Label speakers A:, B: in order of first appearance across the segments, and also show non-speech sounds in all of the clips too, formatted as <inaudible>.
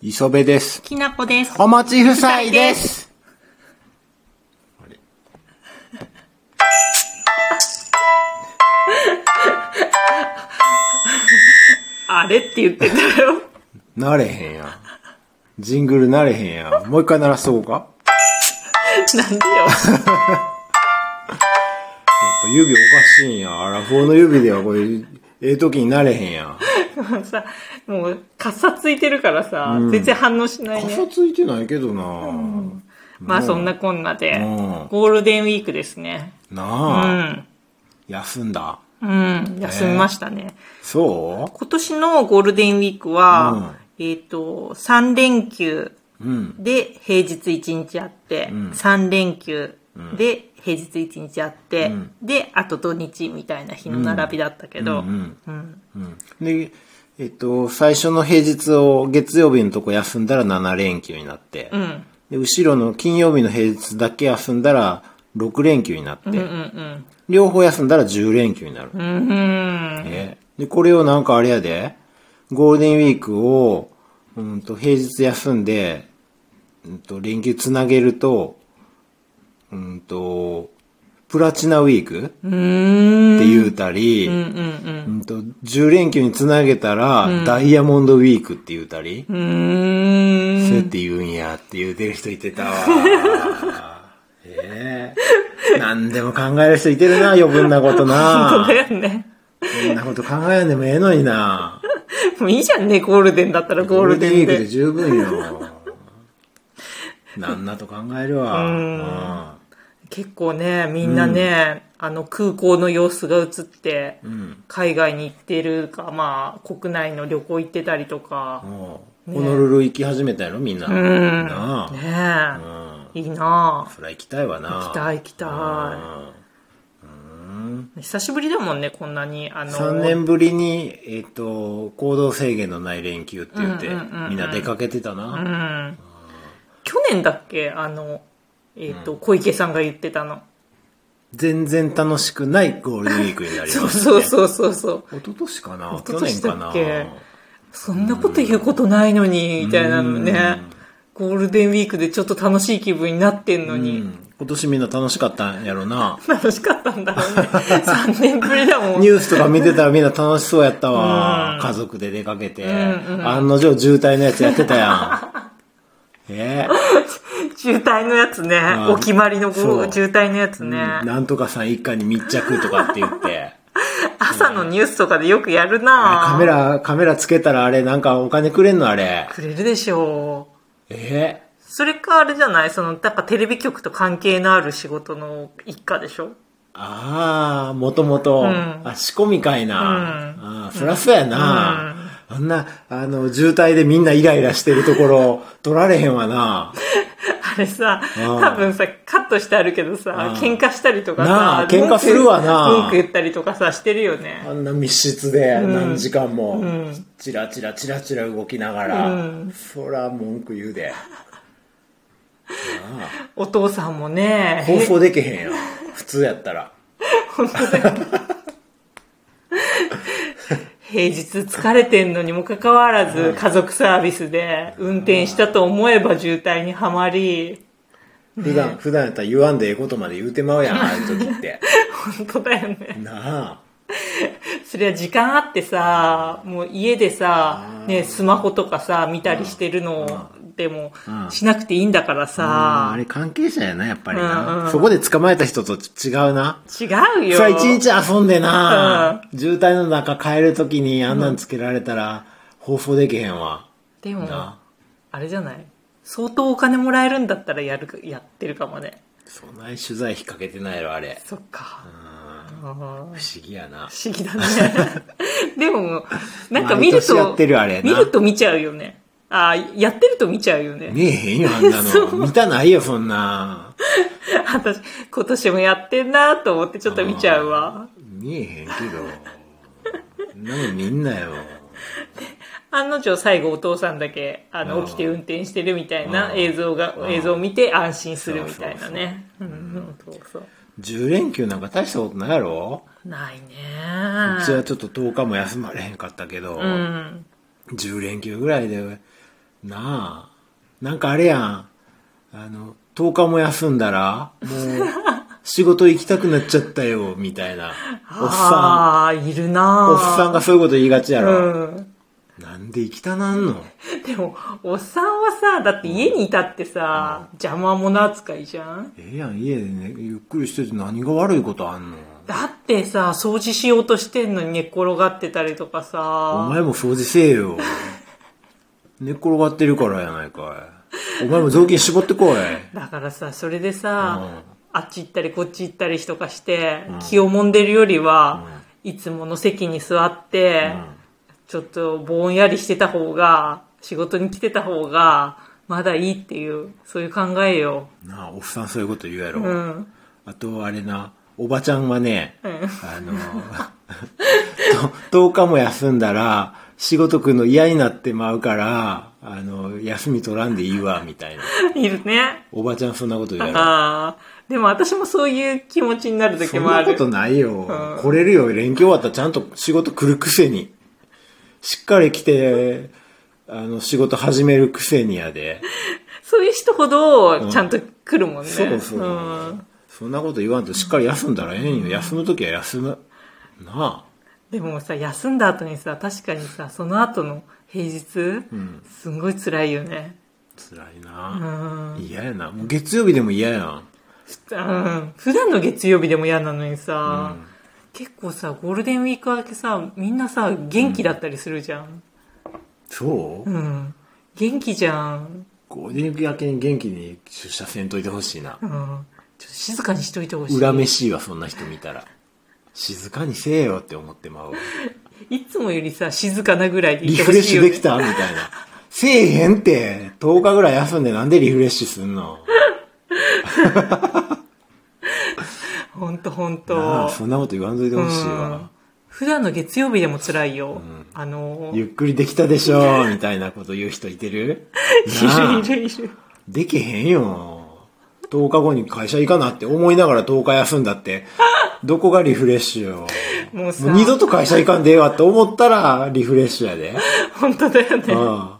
A: 磯部です。
B: きなこです。
A: お待ち夫妻です。
B: あれって言ってたよ。 <laughs>
A: なれへんやん。ジングルなれへんやん。もう一回鳴らしとこうか。やっ
B: なんでよ。
A: ぱ指おかしいんや。アラフォーの指ではこれ、ええ時になれへんやん。
B: もう <laughs> さ、もう、かっさついてるからさ、全然反応しない
A: か
B: ね
A: さ。ついてないけどな、
B: まあそんなこんなで
A: うん、
B: ゴールデンウィークですね。う
A: なあ、
B: ん。
A: 休んだ。
B: うん。休みましたね。
A: そ
B: 今年のゴールデンウィークは、えっと、3連休
A: ううん。
B: で平日1日あって、3連休で平日1日あって、で、あと土日みたいな日の並びだったけど、
A: うん
B: うん
A: うん。で、えっと、最初の平日を月曜日のとこ休んだら7連休になって。
B: うん。
A: で、後ろの金曜日の平日だけ休んだら6連休になって。
B: うんうん
A: 両方休んだら10連休になる。
B: うん。うん。
A: ねで、これをなんかあれやで、ゴールデンウィークを、うんと、平日休んで、うんと、連休つなげると、うんと、プラチナウィーク
B: うーん。
A: って言うたり、うん
B: うんうん。
A: と、10連休につなげたら、ダイヤモンドウィークって言うたり、
B: うーん。
A: そうやって言うんやって言うてる人いてた
B: <laughs>
A: わ。ええ何でも考える人いてるな、余分なことな。
B: 本当 <laughs> だよね。
A: そんなこと考えんでもええのにな。
B: もういいじゃんね、ゴールデンだったらゴールデ
A: ゴールデンウィ
B: ン
A: ークで
B: で。
A: 十分よ。なんなと考えるわ。
B: 結構ね、みんなね、あの空港の様子が映って、海外に行ってるか、まあ国内の旅行行ってたりとか
A: うん。、もう、ホノルル行き始めたやろ、みんな。
B: ん
A: なあ。うん。
B: ねえ、いいなあ
A: そりゃ行きたいわな。
B: 行きたい行きたい。久しぶりだもんね、こんなに。あの、
A: 3年ぶりに、えっ、と、行動制限のない連休って言って、
B: うんうんうんうん
A: みんな出かけてたな。
B: うん。去年だっけあの、えっ、と、小池さんが言ってたの。
A: 全然楽しくないゴールデンウィークになり
B: <laughs> そう
A: ます。
B: そうそうそうそう。
A: 一昨年かな
B: 一
A: 去
B: 昨
A: 年
B: 年だ
A: かな
B: っけそんなこと言うことないのに、みたいなのね。ゴールデンウィークでちょっと楽しい気分になってんの
A: う
B: に。
A: ん。今年みんな楽しかったんやろな。
B: 楽しかったんだろうね。3
A: <laughs>
B: 年ぶりだもん。
A: ニュースとか見てたらみんな楽しそうやったわ。
B: うん
A: 家族で出かけて、
B: うんうん
A: 案の定渋滞のやつやってたや
B: <laughs>
A: ん。え
B: 渋滞のやつね
A: あ。
B: お決まりのゴ
A: そう
B: ー渋滞のやつ
A: え
B: ね。
A: なんとかさん一家に密着とかって言
B: <laughs>
A: って。
B: 朝のニュースとかでよくやるな
A: カメラ、カメラつけたらあれなんかお金くれんのあれ。
B: くれるでしょう。
A: ええ
B: それかあれじゃないその、やっぱテレビ局と関係のある仕事の一家でしょ <laughs>
A: ああ、もともと、
B: ん
A: あ、仕込みかいな。あーそりゃそうやな。あんな、あの、渋滞でみんなイライラしてるところ、取られへんわな。
B: あれさ、
A: うん
B: 多分さ、カットしてあるけどさ
A: うん、
B: 喧嘩したりとか
A: な
B: さ
A: あ、喧嘩するわな
B: 文句文句言ったりとかさ、してるよね。
A: あんな密室で何時間も
B: ん、
A: チラチラチラチラ動きながら、
B: うん
A: そら文句言うで。
B: お父さんもね、
A: 放送できへんやん。普通やったら。
B: <laughs> 平日疲れてんのにもかかわらず、家族サービスで運転したと思えば渋滞にはまり、
A: 普段、普段やったら言わんでええことまで言うてまうやん、ああいう時
B: <laughs>
A: って。
B: 本当だよね。
A: なあ。
B: そりゃ時間あってさ、もう家でさ、ね、スマホとかさ、見たりしてるのでも
A: うん、
B: しなくていいんだから
A: あ
B: さ、
A: れ関係者やな、やっぱりな。
B: うんうん
A: そこで捕まえた人と違うな。
B: 違うよ。
A: さあ、一日遊んでな、渋滞の中帰る時にあんなんつけられたら、放送できへんわ。
B: でも
A: な
B: あれじゃない相当お金もらえるんだったらやるかやってるかもね
A: そんなに取材引っ掛けてないやろ、あれ。
B: そっか
A: うん
B: うん不思
A: 不思議やな。
B: 議だね
A: <laughs>
B: でもなんか見る
A: 毎年
B: と
A: やってるあれな
B: 見ると見ちゃうよねああやってると見ちゃうよね
A: 見えへん <laughs> よ、あんなの。見たないよ、そんな。
B: 私今年もやってんなと思ってちょっと見ちゃうわ
A: 見えへんけど。なんみんなよ。
B: 案の定最後お父さんだけあの
A: うん
B: 起きて運転してるみたい
A: うん
B: な映像が
A: うん
B: 映像を見て安心するみたいなねうんそうそう
A: 10連休なんか大したことないやろ
B: ないう
A: ちは
B: ね
A: ちょっと10日も休まれへんかったけど、
B: うん
A: 10連休ぐらいでなあ。なんかあれやん。あの、10日も休んだら、もう、仕事行きたくなっちゃったよ、みたいな。おっさ。
B: ああ、いるなん
A: おっさんがそういうこと言いがちやろ。
B: うん。
A: なんで行きたなんの
B: でも、おっさんはさ、だって家にいたってさ、邪魔者扱いじゃん
A: ええやん、家でね、ゆっくりしてて何が悪いことあんの
B: だってさ、掃除しようとしてんのに寝っ転がってたりとか
A: お
B: さ、
A: 前も掃除せえよ。寝っ転がってるからやないかい。お前も雑巾絞ってこい。
B: だからさ、それでさ、
A: う
B: あっち行ったりこっち行ったりとかして、気をもんでるよりは、いつもの席に座って、ちょっとぼんやりしてた方が、仕事に来てた方が、まだいいっていう、そういう考えよ。
A: なあ、おっさんそういうこと言うやろ。
B: うん。
A: あと、あれな、おばちゃんはね、
B: うん。
A: あの、と10日も休んだら、仕事来るの嫌になってまうから、あの、休み取らんでいいわ、みたいな。
B: いるね。
A: おばちゃんそんなこと言うやろ。
B: ああ。でも私もそういう気持ちになる時
A: そん
B: もあ
A: な
B: る。
A: ことないよ。
B: ん
A: 来れるよ。連休終わったらちゃんと仕事来るくせに。しっかり来て、あの、仕事始めるくせにやで。
B: そういう人ほど、ちゃんと来るもんね。
A: そうそう。
B: ん
A: そんなこと言わんとしっかり休んだらええんよ。休むときは休む。なあ。
B: でもさ、休んだ後にさ、確かにさ、その後の平日、
A: ん
B: すんごい辛いよね。
A: 辛いうな。
B: ん。うん
A: 嫌やな。もう月曜日でも嫌やん。
B: 普段の月曜日でも嫌なのにさ、結構さ、ゴールデンウィーク明けさ、みんなさ、元気だったりするじゃん。
A: そう、
B: うん。元気じゃん。
A: ゴールデンウィーク明けに元気に出社せんといてほしいな
B: う。ん。ちょっと静かにしといてほしい。
A: 恨めしいわ、そんな人見たら。静かにせえよって思ってまうわ。
B: いつもよりさ、静かなぐらいでい
A: リ
B: て
A: フ
B: ほ
A: レッ
B: しい
A: シュ
B: よ、ね。
A: できたみたいな。せえへんって、10日ぐらい休んでなんでリフレッシュすんの
B: ほんとほん
A: な
B: と
A: あ。そんなこと言わんといてほしい
B: うん
A: わ。
B: 普段の月曜日でも辛いよ。あの、い
A: ゆっくりできたでしょみたいなこと言う人いて
B: <laughs>
A: るなあ
B: るいるいる。
A: できへんよ。10日後に会社行かなって思いながら10日休んだって、どこがリフレッシュよ。
B: もうさ、
A: もう二度と会社行かんでええわって思ったらリフレッシュやで。
B: 本当だよ
A: う
B: ね。
A: ん。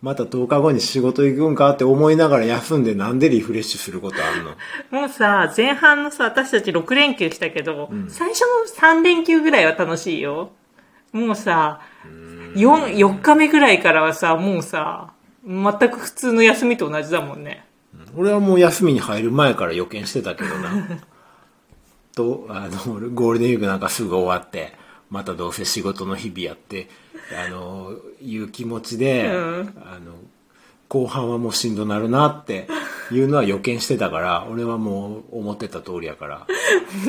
A: また10日後に仕事行くんかって思いながら休んでなんでリフレッシュすることあんの
B: もうさ、前半のさ、私たち6連休したけど、最初の3連休ぐらいは楽しいよ。もうさ、4、4日目ぐらいからはさ、もうさ、全く普通の休みと同じだもんね。 <laughs>
A: 俺はもう休みに入る前から予見してたけど
B: <laughs>
A: な。と、あの、俺ゴールデンウィークなんかすぐ終わって、またどうせ仕事の日々やって、あの、いう気持ちで、
B: うん
A: あの、後半はもうしんどなるなっていうのは予見してたから、俺はもう思ってた通りやから。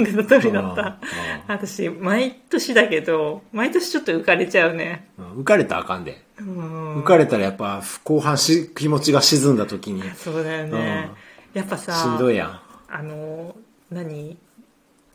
B: での通りだった。
A: う
B: 私、毎年だけど、毎年ちょっと浮かれちゃうね。
A: んうん浮かれたらあかんで。
B: うん。
A: 浮かれたらやっぱ後半し気持ちが沈んだ時にし
B: そうだよね。やっぱさ、
A: んどいやん。
B: あの、何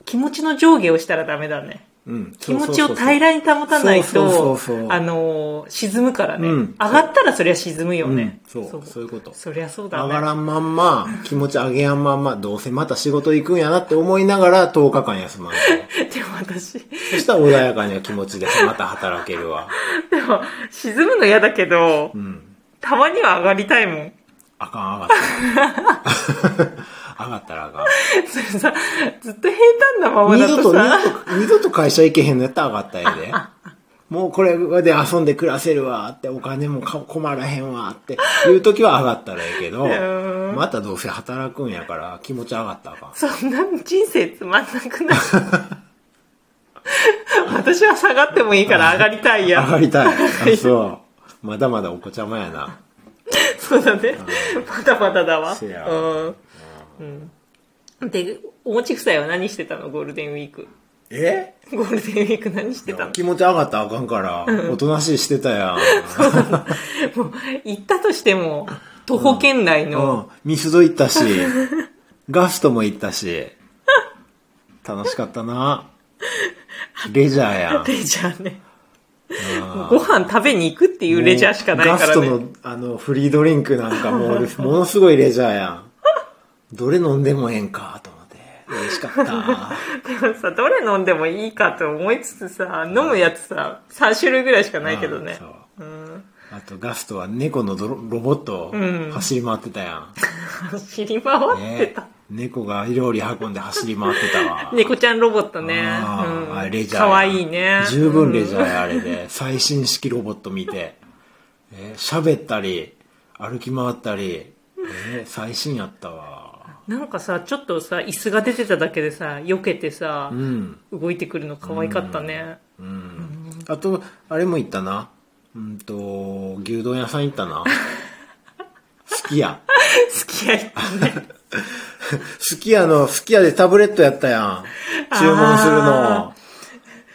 B: 気持ちの上下をしたらダメだね。
A: うん、
B: 気持ちを平らに保たない
A: そうそう
B: と
A: そうそう、
B: あの、沈むからね。
A: うん
B: 上がったらそりゃ沈むよね。
A: うんそうそういうこと
B: そりゃそうだ
A: 上
B: ね。
A: がらんまんま、気持ち上げやんまんま、どうせまた仕事行くんやなって思いながら10日間休
B: <laughs>
A: まんと。
B: <laughs> でも
A: そ
B: 私、
A: したら穏やかな気持ちでまた働けるわ。
B: でも、沈むの嫌だけど、
A: うん。
B: たまには上がりたいもん。 <laughs>
A: あかん、上がったら。上がったらあかん。
B: それさ、ずっと平坦なまま
A: 二
B: だ
A: 度
B: と
A: と、
B: さ、
A: 二度と、二度と会社行けへんのやったら上がったんやで。もうこれで遊んで暮らせるわって、お金もか困らへんわっていう時は上がったらええけど
B: う、
A: またどうせ働くんやから気持ち上がったらあかん。
B: そんな人生つまんなくない <laughs> 私は下がってもいいから上がりたい
A: 上が
B: や。
A: りたい。
B: <laughs>
A: あ、そう。まだまだお子ちゃまやな。
B: <laughs> そうだね。まだまだだわ。
A: せや
B: うん。うん。で、おもち夫妻は何してたのゴールデンウィーク。
A: え
B: ゴールデンウィーク何してたの
A: 気持ち上がったらあかんから、おとなしいしてたやん。
B: もう、行ったとしても、徒歩圏内
A: う
B: の、
A: ん。ミスド行
B: <laughs>
A: ったし、ガストも行ったし、楽しかったな。レジャーやん。
B: レジャーね。もうご飯食べに行くっていうレジャーしかない
A: もう
B: からね。 <laughs>
A: ガストのあのフリードリンクなんかもう、ものすごいレジャーやん。どれ飲んでもええんか、と思って。美味しかった。
B: でもさ、どれ飲んでもいいかと思いつつさ、飲むやつさ、3種類ぐらいしかないけど
A: あ。
B: ね
A: そう
B: うん。
A: あとガストは猫のドロロボット
B: うん
A: 走り回ってたやん。
B: <laughs> 走り回って
A: ね
B: た。、
A: 猫が料理運んで走り回ってた
B: <laughs>
A: わ。
B: 猫ちゃんロボットね。
A: あー
B: うん
A: あれレジャーや。
B: かわいいね。
A: 十分レジャ
B: うん
A: ーや、あれで。最新式ロボット見て。えー喋ったり、歩き回ったり。えー最新やったわ。
B: なんかさ、ちょっとさ、椅子が出てただけでさ、避けてさ
A: う、ん。
B: 動いてくるの可愛かったね。
A: うん。あと、あれも行ったな。うんと、牛丼屋さん行ったな。
B: <laughs>
A: 好きや。
B: 好きやいってね。
A: すき家の、すき家でタブレットやったやん。注文するの
B: あ。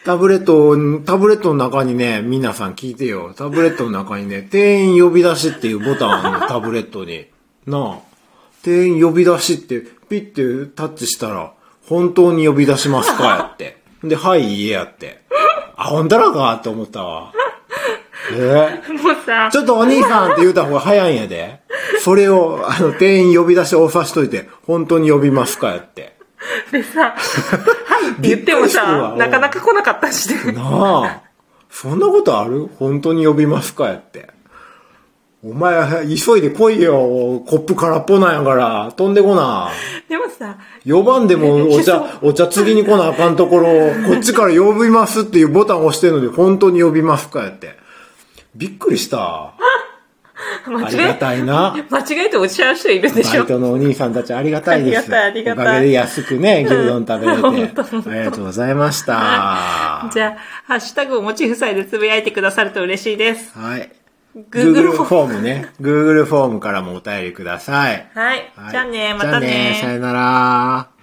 A: タブレットを、タブレットの中にね、皆さん聞いてよ。タブレットの中にね、店員呼び出しっていうボタンあるの、タブレットに。なあ。店員呼び出しって、ピッてタッチしたら、本当に呼び出しますかやって。で、はい、家やって。あ、ほんだらかって思ったわ。えー
B: もうさ
A: ち、ょっとお兄さんって言うた方が早いんやで。それを、あの、店員呼び出しを押さしといて、本当に呼びますかやって。
B: でさ、はいって言って
A: びっく
B: も
A: りしてるわ
B: さ、なかなか来なかったしね。
A: なあ。そんなことある本当に呼びますかやって。お前、急いで来いよ。コップ空っぽなんやから、飛んでこな。
B: でもさ、
A: 呼ばんでもお
B: いや
A: 茶、お茶次に来なあかんところ、こっちから呼びますっていうボタンを押してるのに、本当に呼びますかやって。びっくりした。あ
B: 間
A: り
B: 違
A: が
B: え、
A: たいな。
B: 間違えて落ちちゃう人いるで
A: バ
B: し
A: イ
B: ょ。
A: トのお兄さんたちありがたいです。
B: ありがたいありがたい
A: おかげで安くね、牛丼食べれて。
B: うん本当本
A: ありがとうございました。は
B: じゃあ、ハッシュタグを持ち夫妻でつぶやいてくださると嬉しいです。
A: い。
B: Google
A: フォームね。Google フォームからもお便りください。
B: はい。
A: はい
B: じゃあね、また
A: じゃあ
B: ね。
A: さよなら。